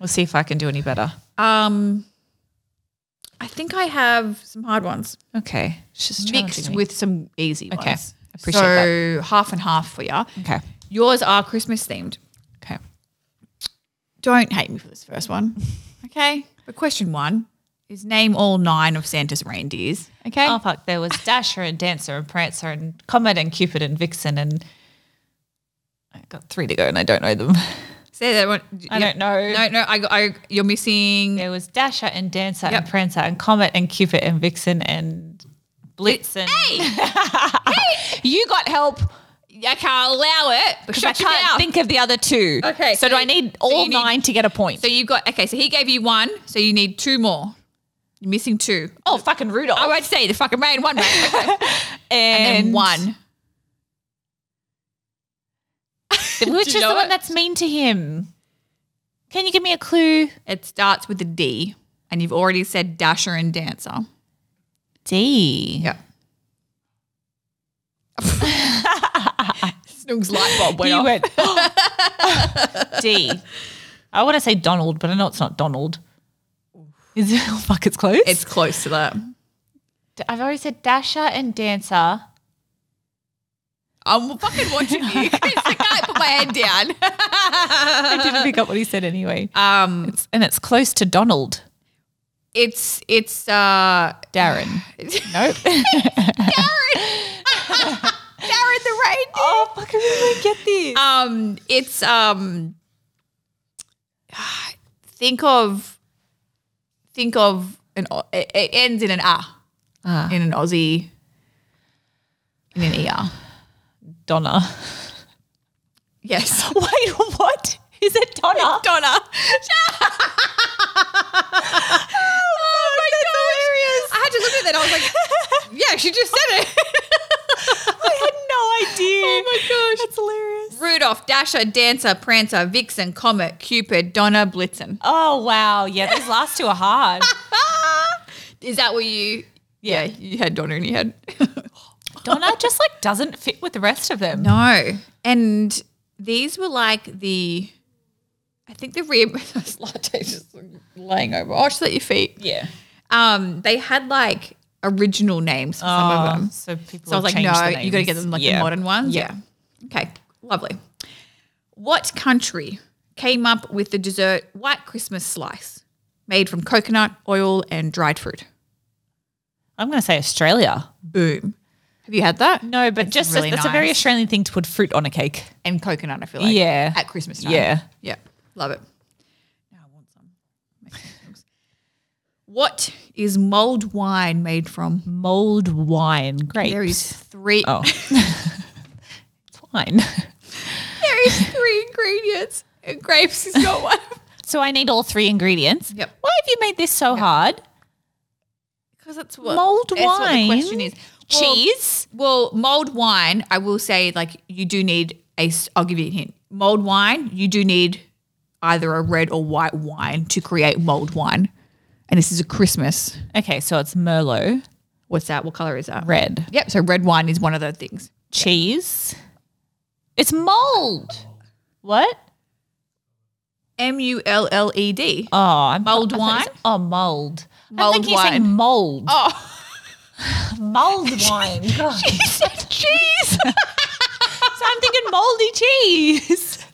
We'll see if I can do any better.
Um, I think I have some hard ones
Okay. She's
mixed
challenging me.
with some easy
Okay.
ones.
Appreciate
so half and half for you.
Okay.
Yours are Christmas themed.
Okay.
Don't hate me for this first one. Okay. But question one is name all nine of Santa's reindeers. Okay.
Oh, fuck. There was Dasher and Dancer and Prancer and Comet and Cupid and Vixen and I got three to go and I don't know them.
Say that one.
I don't know.
No, no. I, got- I, you're missing.
There was Dasher and Dancer
Yep.
and Prancer and Comet and Cupid and Vixen and Blitz and. you got help
I can't allow it
because I can't think of the other two.
Okay,
So,
so-
do I need
so
all
you need-
nine to get a point?
So you've got okay. So he gave you one. So you need two more. You're missing two.
oh, fucking Rudolph.
I won't say the fucking main one, mate. Okay.
and,
and one.
Which is
you
the
know
one
it?
that's mean to him? Can you give me a clue?
It starts with a D, and you've already said dasher and dancer.
D.
Yeah. Snoog's light bulb went
You
off.
went D. I want to say Donald, but I know it's not Donald. Is it? Oh, fuck, it's close.
It's close to that.
I've already said Dasher and Dancer.
I'm fucking watching you. Chris. I can't put my head down.
I didn't pick up what he said anyway.
Uh,
Um, it's, and it's close to Donald.
It's it's uh
Darren.
Darren
nope.
the reindeer.
oh, fuck, I really don't get this.
um it's um think of think of an au- it it ends in an ah in an aussie in an er
Donna.
yes
Wait, what? Is it Donna?
donna
oh,
i had to look at that i was like yeah she just said it
I had no idea. Oh my gosh. That's hilarious.
rudolph dasher dancer prancer vixen comet cupid donna blitzen
Oh, wow. Yeah, those last two are hard.
is that what you Ah. yeah, you had donna in your head
Donna just like doesn't fit with the rest of them.
No. And these were like the, I think the rib, those lattes just laying over. Oh, she's at your feet.
Yeah.
Um, they had like original names for some of them.
Oh. So people
So I was like, no, you got to get them like the modern ones.
Yeah.
Okay. Lovely. What country came up with the dessert white Christmas slice made from coconut oil and dried fruit?
I'm going to say Australia.
Boom. Have you had that?
No, but just
really
that's a very
nice.
Australian thing to put fruit on a cake.
And coconut, I feel like.
Yeah.
At Christmas time.
Yeah.
Yeah, love it. Now I want some. Makes no sense. What is mulled wine made from?
Mold wine. Grapes.
There is three.
Oh. Wine.
There is three ingredients, and grapes is not one.
So I need all three ingredients.
Yep.
Why have you made this so hard?
Because that's what
Mulled
that's what the
wine?
question is Well-
Cheese.
Well, mulled wine, I will say, like you do need a. s- I'll give you a hint. Mulled wine, you do need either a red or white wine to create mulled wine, and this is a Christmas.
Okay, so it's merlot,
What's that? What color is that?
red,
Yep. So red wine is one of the things.
cheese. It's mold. What?
M U L L E D.
Oh, I'm
Mulled
I thought it was-
wine?
Oh, mold.
Mulled
I'm thinking you're saying
wine.
mold.
Oh,
Mold wine. God.
he said cheese.
So I'm thinking moldy cheese.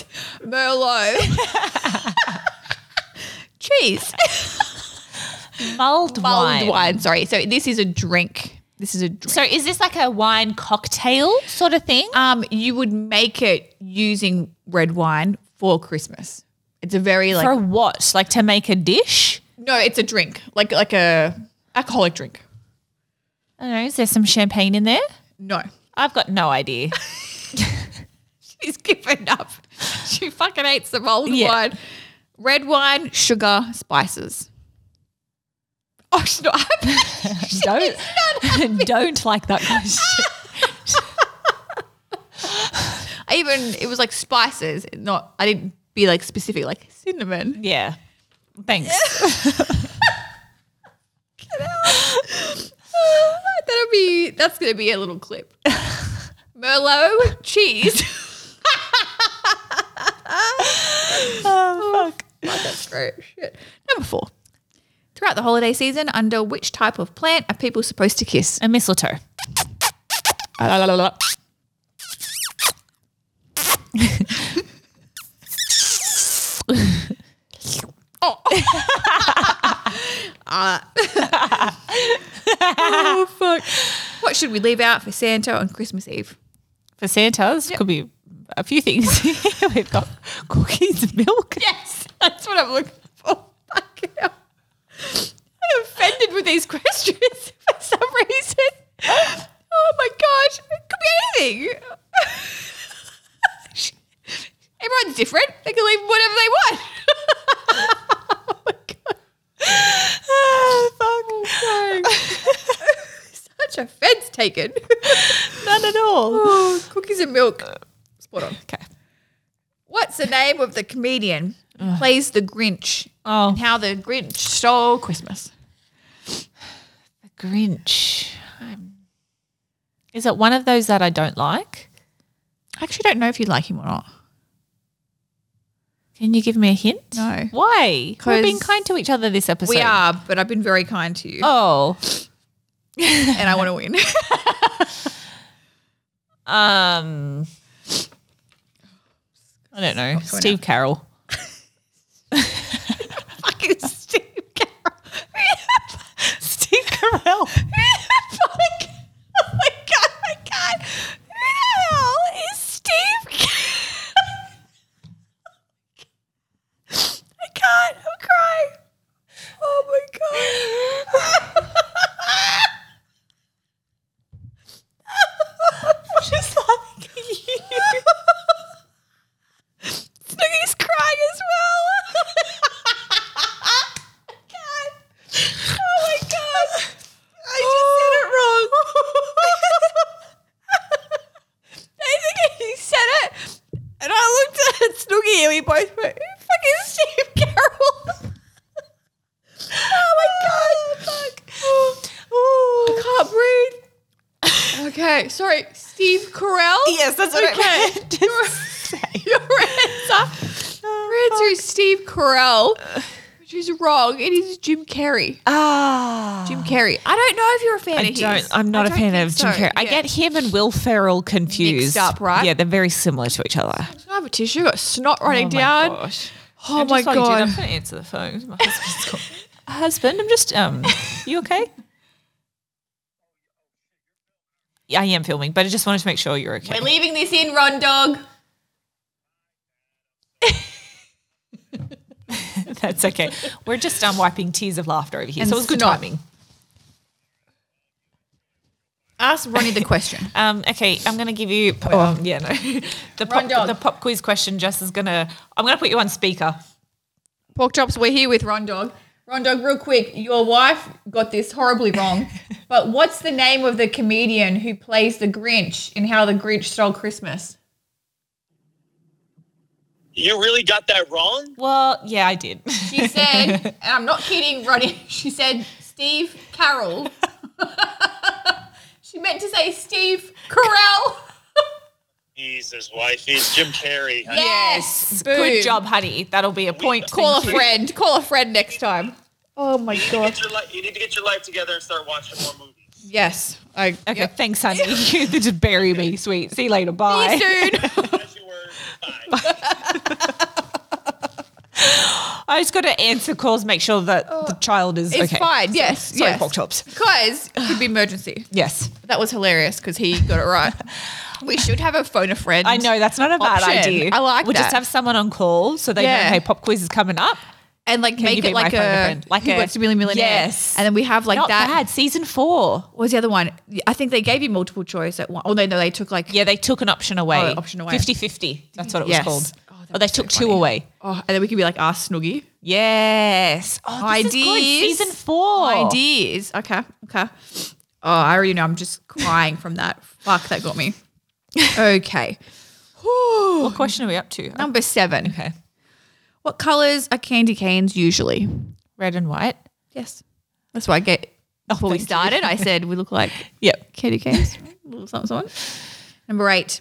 Merlot. cheese.
Mulled
Mulled
wine.
wine. Sorry. So this is a drink. This is a drink.
So is this like a wine cocktail sort of thing?
Um, you would make it using red wine for Christmas. It's a very like
For what? Like to make a dish?
no, it's a drink like like a alcoholic drink.
I don't know. Is there some champagne in there?
No,
I've got no idea.
she's given up. She fucking hates the old
Yeah.
wine. Red wine, sugar, spices. Oh, she's not happy.
don't don't like that question.
I even it was like spices. Not I didn't be like specific like cinnamon.
yeah. Thanks.
That'll be that's gonna be a little clip. Merlot cheese.
Oh, fuck.
That's great. Shit. Number four. Throughout the holiday season, under which type of plant are people supposed to kiss?
A mistletoe.
Oh fuck! What should we leave out for Santa on Christmas Eve?
For Santa's could be a few things. We've got cookies, milk.
Yes, that's what I'm looking for. Fucking hell. I'm offended with these questions for some reason. Oh my gosh, it could be anything. Everyone's different. They can leave whatever they want. oh my god.
Oh,
Oh, Such offense taken.
None at all.
oh, cookies and milk. Spot on.
Okay.
What's the name of the comedian who plays the Grinch?
Oh.
And how the Grinch stole Christmas.
Grinch. Is it one of those that I don't like?
I actually don't know if you like him or not.
Can you give me a hint?
No.
Why? We're
'Cause
being kind to each other this episode.
We are, but I've been very kind to you
Oh.
and I want to win.
Um. I don't know. Steve Carroll.
Fucking Steve Carroll.
Steve
oh
Carroll.
my god, my god. Who the hell is Steve Carroll? I can't, I'm crying. Oh my god. I'm just laughing at you. Snooky's crying as well. God. Oh my god. I just said it wrong. I think he said it. And I looked at Snooky and we both went, "Who the fuck is Steve Carroll. oh my god. Oh, Fuck. I can't breathe. Okay, sorry. Steve Carell?
Yes, that's what I meant to
Your answer. Your answer is Steve Carell,
Uh.
which is wrong. It is Jim Carrey.
Ah.
Jim Carrey. I don't know if you're a fan
I
of his.
don't. I'm not
I
a
don't
fan
think
of Jim
so.
Carrey. I
Yeah.
get him and Will Ferrell
Mixed
confused.
up, right?
Yeah, they're very similar to each other.
Can I have a tissue? I've got snot running down. Oh my
I'm
god.
going to answer the phone. My husband's Husband, I'm just. Um, you okay? Yeah, I am filming, but I just wanted to make sure you're okay.
We're leaving this in, Ron Dog.
That's okay. We're just um, wiping tears of laughter over here,
And
so it was good
snot.
timing.
Ask Ronnie the question.
Um, okay, I'm going to give you. Oh, um, yeah, no. The pop,
dog.
the pop quiz question. Jess is going to. I'm going to put you on speaker.
Pork chops, we're here with Ron Dog. Ron Dog, real quick, your wife got this horribly wrong. but what's the name of the comedian who plays the Grinch in How the Grinch Stole Christmas?
You really got that wrong?
Well, yeah, I did.
She said, and I'm not kidding, Ronnie, she said Steve Carroll. she meant to say Steve Carell.
Jesus, wife, he's Jim Carrey. I-
Yes.
Good job, honey. That'll be a point.
Call
Thank
a
you.
friend. Call a friend next time. Oh my
You need, to get your li- you need to get your life together and start watching more movies.
Yes. I
Okay, thanks, honey. you just bury me, sweet. See you later. Bye.
soon.
That's your word. Bye.
I just got to answer calls, make sure that the child is
Uh, It's
okay.
fine. Yes.
sorry,
yes.
pork chops.
Guys, it could be emergency.
Yes.
That was hilarious because he got it right. we should have a phone a friend.
I know that's not a bad
option.
idea.
I like
We'll just
that.
have someone on call so they
Yeah.
know, hey, pop quiz is coming up.
and like
you
make
be
it
my
like
phone a
a
friend? Like
who
a-
wants to be a millionaire.
Yes.
and then we have like
Not
that.
bad. Season four.
What was the other one? I think they gave you multiple choice at one. Oh no, no, they took like
Yeah, they took an option away.
Oh, option away.
50 50. That's what it was
Yes.
called.
Oh,
Oh,
that
they
was so
took two
funny.
away.
Oh, and then we could be like ask Snoogie.
Yes. Oh, this is good.
Ideas.
Season four.
Ideas. Okay. Okay. Oh, I already know. I'm just crying from that. Fuck, that got me. Okay.
What question are we up to?
Number seven.
Okay.
What colors are candy canes usually?
Red and white.
Yes. That's why I get. Before we
thank you.
started, I said we look like
Yep.
candy canes. Little something, something. Number eight.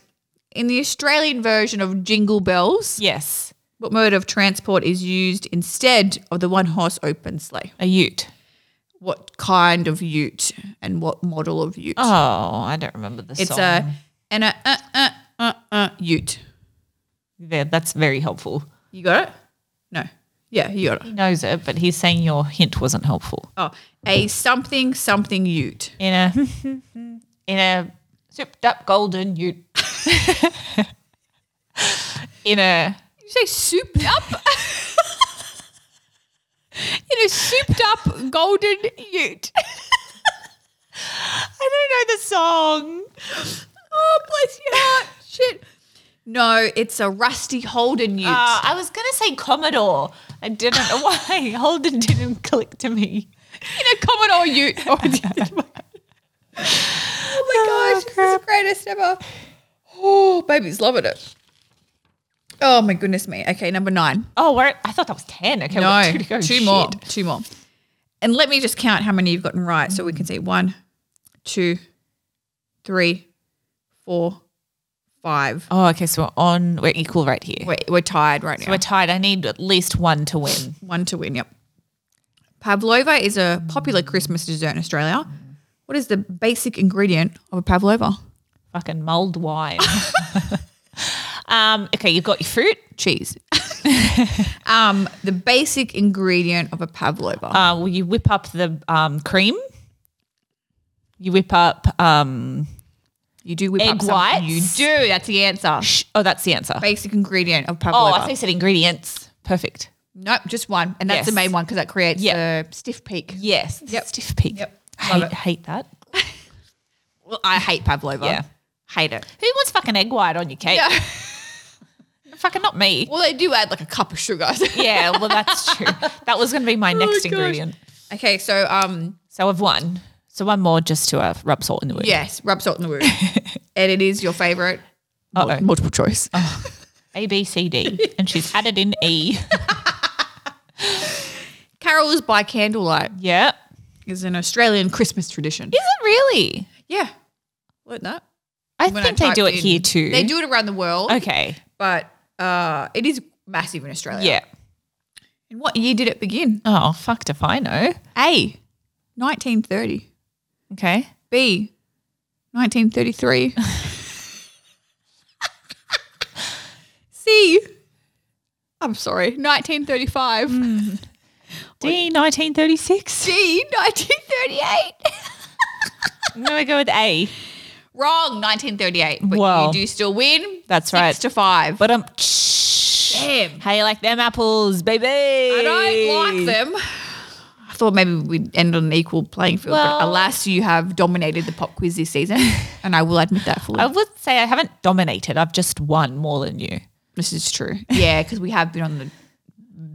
In the Australian version of Jingle Bells,
Yes.
what mode of transport is used instead of the one horse open sleigh?
A ute.
What kind of ute and what model of ute?
Oh, I don't remember the
It's
song.
a and a uh, uh, uh, uh, ute.
Yeah, that's very helpful.
You got it? No. Yeah, you got it.
He knows it, but he's saying your hint wasn't helpful.
Oh, a something something ute.
In a in a zipped up golden ute. in a
Did you say souped up? In a souped up golden ute.
I don't know the song.
Oh, bless your heart. Shit. No, it's a rusty Holden ute.
Uh, I was gonna say Commodore. I didn't know why. Holden didn't click to me.
in a Commodore ute. Oh, my gosh, this is the greatest ever. Oh, baby's loving it. Oh my goodness me. Okay, number nine.
Oh, where I thought that was ten. Okay,
No,
we've got two to go.
two more.
Shit.
Two more. And let me just count how many you've gotten right so we can see one, two, three, four, five.
Oh, okay. So we're on. We're equal right here.
We're, we're tied right now.
We're tied. I need at least one to win.
One to win, yep. Pavlova is a popular Christmas dessert in Australia. What is the basic ingredient of a pavlova?
Fucking mulled wine. um, okay, you've got your fruit.
Cheese. um, the basic ingredient of a pavlova.
Uh, well, you whip up the um, cream. You whip up. Um,
you do whip
egg
up something.
whites?
You do. That's the answer.
sh- oh, that's the answer.
Basic ingredient of
Oh,
pavlova.
I thought you said ingredients. Perfect.
Nope, just one, and that's the
Yes.
main one because that creates
Yep.
a stiff peak.
Yes.
Yep.
Stiff peak.
Yep.
I
Love
hate, hate that.
Well, I hate pavlova.
Yeah.
hate it.
Who wants fucking egg white on your cake?
Yeah.
Fucking not me.
Well, they do add like a cup of sugar.
yeah, well, that's true. That was going to be my next
Oh gosh.
ingredient.
okay, so um,
So I've won. So one more just to uh, rub salt in the wound.
yes, rub salt in the wound, and it is your favorite.
Uh-oh.
Multiple choice.
Uh-huh. A, B, C, D. and she's added in E.
Carols by candlelight
yeah. Is
is an Australian Christmas tradition.
it really?
Yeah, learn that.
I
When
think they
typed
do it
in-
here too.
They do it around the world,
Okay.
but uh, it is massive in Australia.
Yeah.
In what year did it begin?
Oh, fucked if I know.
A, nineteen thirty.
Okay.
B, 1933. C, I'm sorry, 1935.
Hmm. D, 1936.
D, 1938.
I'm going to go with A.
Wrong, 1938. But
Wow.
you do still win.
That's
Six
right.
to five.
But um,
Damn.
How you like them apples, baby? I
I don't like them. I thought maybe we'd end on an equal playing field, but
Well-
alas, you have dominated the pop quiz this season, and I will admit that fully.
I would say I haven't dominated. I've just won more than you.
this is true. Yeah, because we have been on the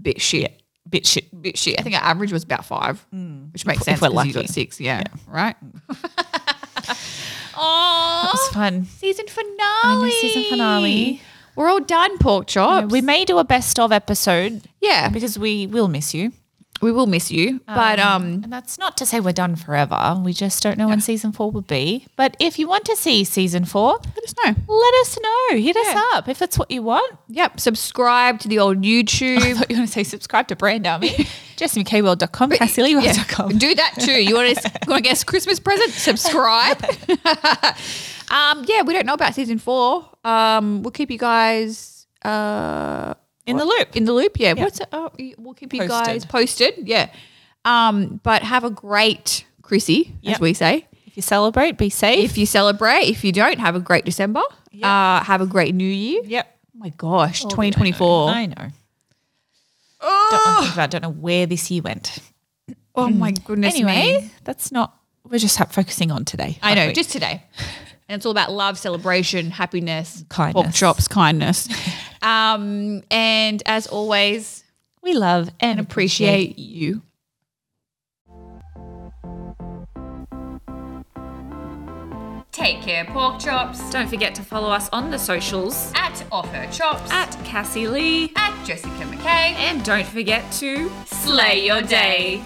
bit shit.
Bit shit.
bit shit. I think our average was about five, which makes
If
sense
we're
because you got
lucky.
six. Yeah, right.
It was
Oh,
fun.
season finale.
season finale.
We're all done, pork chops.
We may do a best of episode
yeah,
because we will miss you.
we will miss you, but um,
And that's not to say we're done forever. We just don't know when season four will be. But if you want to see season four,
let us know.
let us know. Hit us up if it's what you want.
Yep, subscribe to the old YouTube.
But you want to say subscribe to Brand Army, jessimikwell.com, cassiliewell.com.
Do that too. You want to want to guess Christmas present? Subscribe. um, yeah, we don't know about season four. Um, we'll keep you guys uh,
in the loop.
in the loop. Yeah. What's it? Oh, y- we'll keep you
Posted.
guys posted. Yeah. Um, but have a great Chrissy, as
Yep.
we say.
If you celebrate, be safe.
If you celebrate, if you don't, have a great December. Uh, have a great New Year.
yep.
Oh my gosh, 2024.
I know.
Oh.
Don't, think about, don't know where this year went. Mm.
Oh my goodness
Anyway,
me.
that's not. We're just ha- focusing on today.
I know,
aren't we?
just today. And it's all about love, celebration, happiness, pork
Kindness.
chops, kindness. um, and as always,
we love and appreciate
appreciate you.
Take care, pork chops.
Don't forget to follow us on the socials
At off her chops.
at Cassie Lee.
at Jessica McKay.
And don't forget to
Slay your day.